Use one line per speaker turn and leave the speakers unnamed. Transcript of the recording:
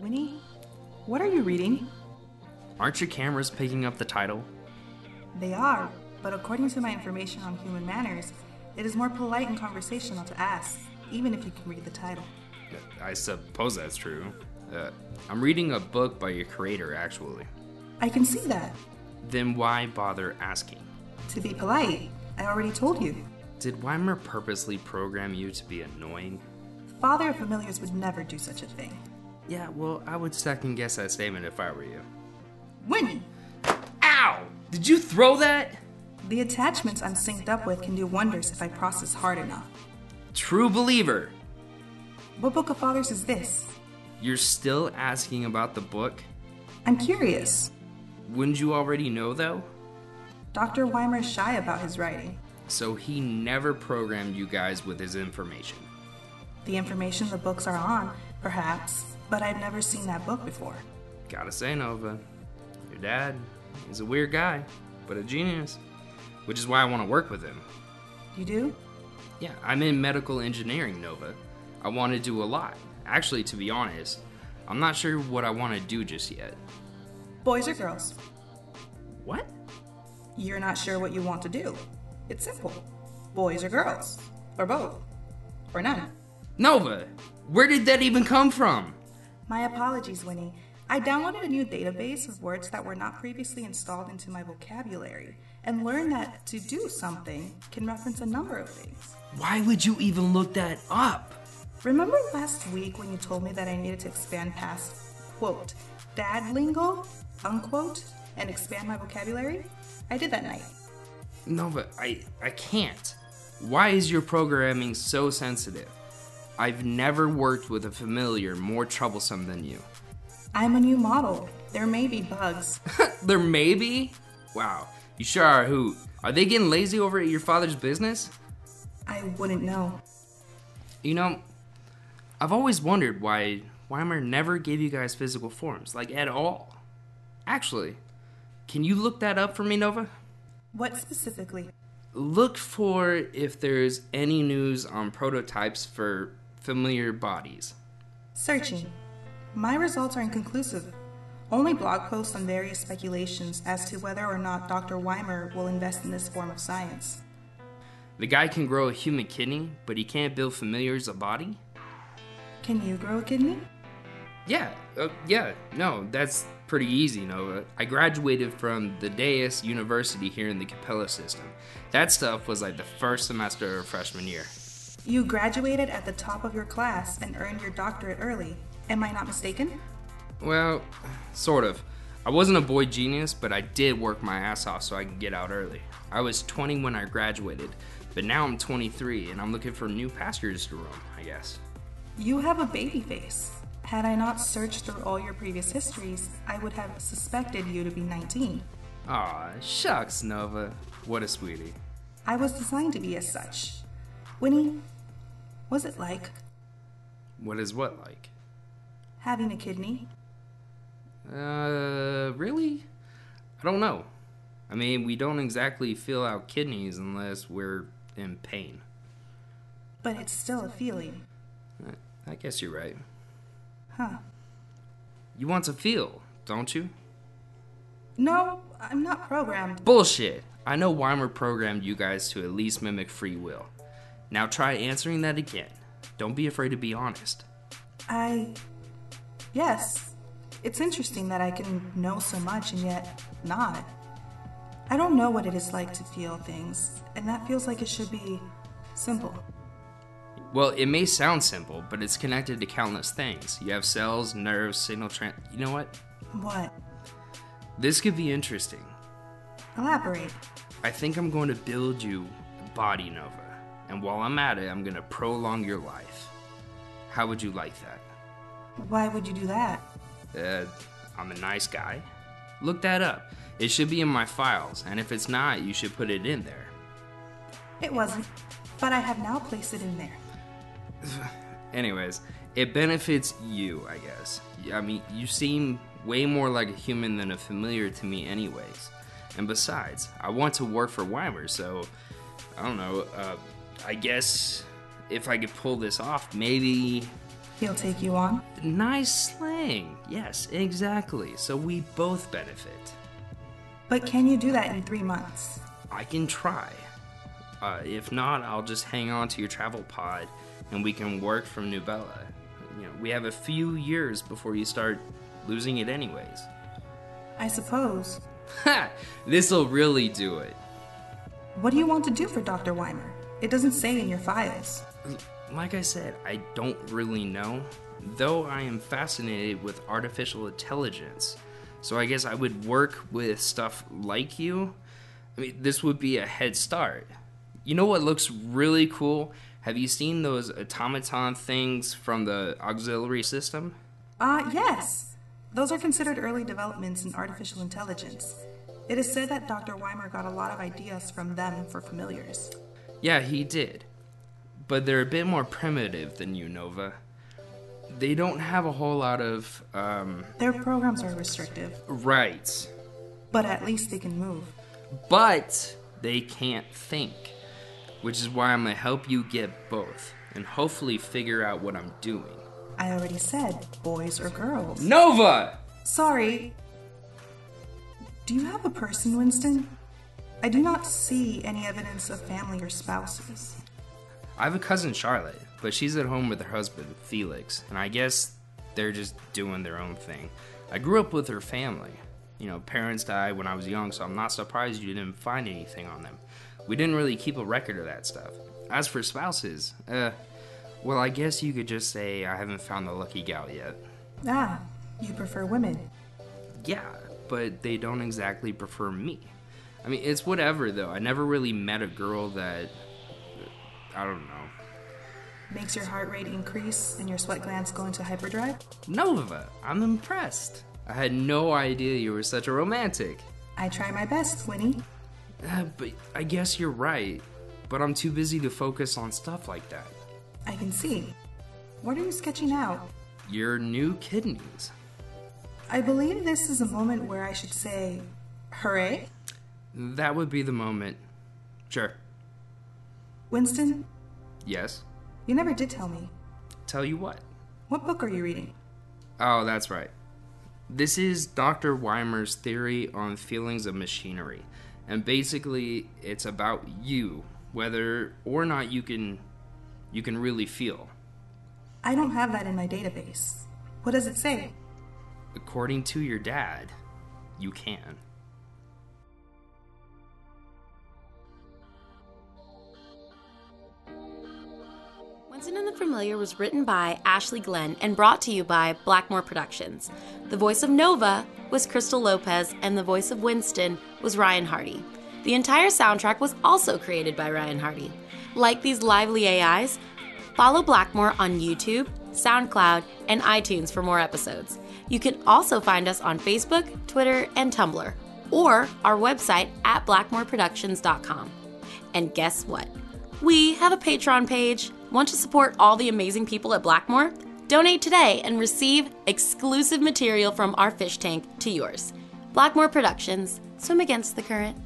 Winnie, what are you reading?
Aren't your cameras picking up the title?
They are, but according to my information on human manners, it is more polite and conversational to ask, even if you can read the title.
I suppose that's true. Uh, I'm reading a book by your creator, actually.
I can see that.
Then why bother asking?
To be polite, I already told you.
Did Weimer purposely program you to be annoying?
Father of Familiars would never do such a thing.
Yeah, well, I would second guess that statement if I were you.
Winnie!
Ow! Did you throw that?
The attachments I'm synced up with can do wonders if I process hard enough.
True believer!
What book of Father's is this?
You're still asking about the book?
I'm curious.
Wouldn't you already know, though?
Dr. Weimer is shy about his writing.
So he never programmed you guys with his information.
The information the books are on, perhaps, but I've never seen that book before.
Gotta say, Nova, your dad is a weird guy, but a genius, which is why I want to work with him.
You do?
Yeah, I'm in medical engineering, Nova. I want to do a lot. Actually, to be honest, I'm not sure what I want to do just yet.
Boys or girls?
What?
You're not sure what you want to do. It's simple boys or girls, or both, or none.
Nova, where did that even come from?
My apologies, Winnie. I downloaded a new database of words that were not previously installed into my vocabulary and learned that to do something can reference a number of things.
Why would you even look that up?
Remember last week when you told me that I needed to expand past, quote, dad lingo, unquote, and expand my vocabulary? I did that night.
Nova, I, I can't. Why is your programming so sensitive? I've never worked with a familiar more troublesome than you.
I'm a new model. There may be bugs.
there may be? Wow, you sure are who? Are they getting lazy over at your father's business?
I wouldn't know.
You know, I've always wondered why Weimer never gave you guys physical forms, like at all. Actually, can you look that up for me, Nova?
What specifically?
Look for if there's any news on prototypes for familiar bodies.
Searching. My results are inconclusive. Only blog posts on various speculations as to whether or not Dr. Weimer will invest in this form of science.
The guy can grow a human kidney, but he can't build familiars a body?
Can you grow a kidney?
Yeah, uh, yeah, no, that's pretty easy, Nova. I graduated from the Deus University here in the Capella system. That stuff was like the first semester of freshman year.
You graduated at the top of your class and earned your doctorate early. Am I not mistaken?
Well, sort of. I wasn't a boy genius, but I did work my ass off so I could get out early. I was 20 when I graduated, but now I'm 23 and I'm looking for new pastures to roam, I guess.
You have a baby face. Had I not searched through all your previous histories, I would have suspected you to be 19.
Aw, shucks, Nova. What a sweetie.
I was designed to be as such. Winnie, was it like?
What is what like?
Having a kidney?
Uh, really? I don't know. I mean, we don't exactly feel out kidneys unless we're in pain.
But it's still a feeling.
I guess you're right.
Huh.
You want to feel, don't you?
No, I'm not programmed.
Bullshit! I know Weimer programmed you guys to at least mimic free will. Now try answering that again. Don't be afraid to be honest.
I. Yes. It's interesting that I can know so much and yet not. I don't know what it is like to feel things, and that feels like it should be simple.
Well, it may sound simple, but it's connected to countless things. You have cells, nerves, signal trans. You know what?
What?
This could be interesting.
Elaborate.
I think I'm going to build you a body, Nova. And while I'm at it, I'm going to prolong your life. How would you like that?
Why would you do that?
Uh, I'm a nice guy. Look that up. It should be in my files, and if it's not, you should put it in there.
It wasn't, but I have now placed it in there.
Anyways, it benefits you, I guess. I mean, you seem way more like a human than a familiar to me, anyways. And besides, I want to work for Weimer, so I don't know. Uh, I guess if I could pull this off, maybe
He'll take you on.
Nice slang. Yes, exactly. So we both benefit.
But can you do that in three months?
I can try. Uh, if not, I'll just hang on to your travel pod and we can work from Nubella. You know, we have a few years before you start losing it, anyways.
I suppose.
Ha! This'll really do it.
What do you want to do for Dr. Weimer? It doesn't say in your files.
Like I said, I don't really know, though I am fascinated with artificial intelligence. So I guess I would work with stuff like you. I mean, this would be a head start. You know what looks really cool? Have you seen those automaton things from the auxiliary system?
Ah, yes! Those are considered early developments in artificial intelligence. It is said that Dr. Weimer got a lot of ideas from them for familiars.
Yeah, he did. But they're a bit more primitive than you, Nova. They don't have a whole lot of, um,
Their programs are restrictive,
rights.
but at least they can move.
but they can't think, which is why I'm gonna help you get both and hopefully figure out what I'm doing.
I already said boys or girls.
Nova!
Sorry. Do you have a person, Winston? I do not see any evidence of family or spouses.
I have a cousin, Charlotte, but she's at home with her husband, Felix, and I guess they're just doing their own thing. I grew up with her family. You know, parents died when I was young, so I'm not surprised you didn't find anything on them. We didn't really keep a record of that stuff. As for spouses, uh, well, I guess you could just say I haven't found the lucky gal yet.
Ah, you prefer women.
Yeah, but they don't exactly prefer me. I mean, it's whatever though. I never really met a girl that I don't know.
Makes your heart rate increase and your sweat glands go into hyperdrive?
Nova, I'm impressed. I had no idea you were such a romantic.
I try my best, Winnie.
Uh, but I guess you're right. But I'm too busy to focus on stuff like that.
I can see. What are you sketching out?
Your new kidneys.
I believe this is a moment where I should say, hooray?
That would be the moment. Sure.
Winston,
Yes.
you never did tell me.
Tell you what.
What book are you reading?
Oh, that's right. This is Dr. Weimer's theory on feelings of machinery. And basically, it's about you, whether or not you can you can really feel.
I don't have that in my database. What does it say?
According to your dad, you can.
Winston and the Familiar was written by Ashley Glenn and brought to you by Blackmore Productions. The voice of Nova was Crystal Lopez, and the voice of Winston was Ryan Hardy. The entire soundtrack was also created by Ryan Hardy. Like these lively AIs, follow Blackmore on YouTube, SoundCloud, and iTunes for more episodes. You can also find us on Facebook, Twitter, and Tumblr, or our website at blackmoreproductions.com. And guess what? We have a Patreon page. Want to support all the amazing people at Blackmore? Donate today and receive exclusive material from our fish tank to yours. Blackmore Productions, swim against the current.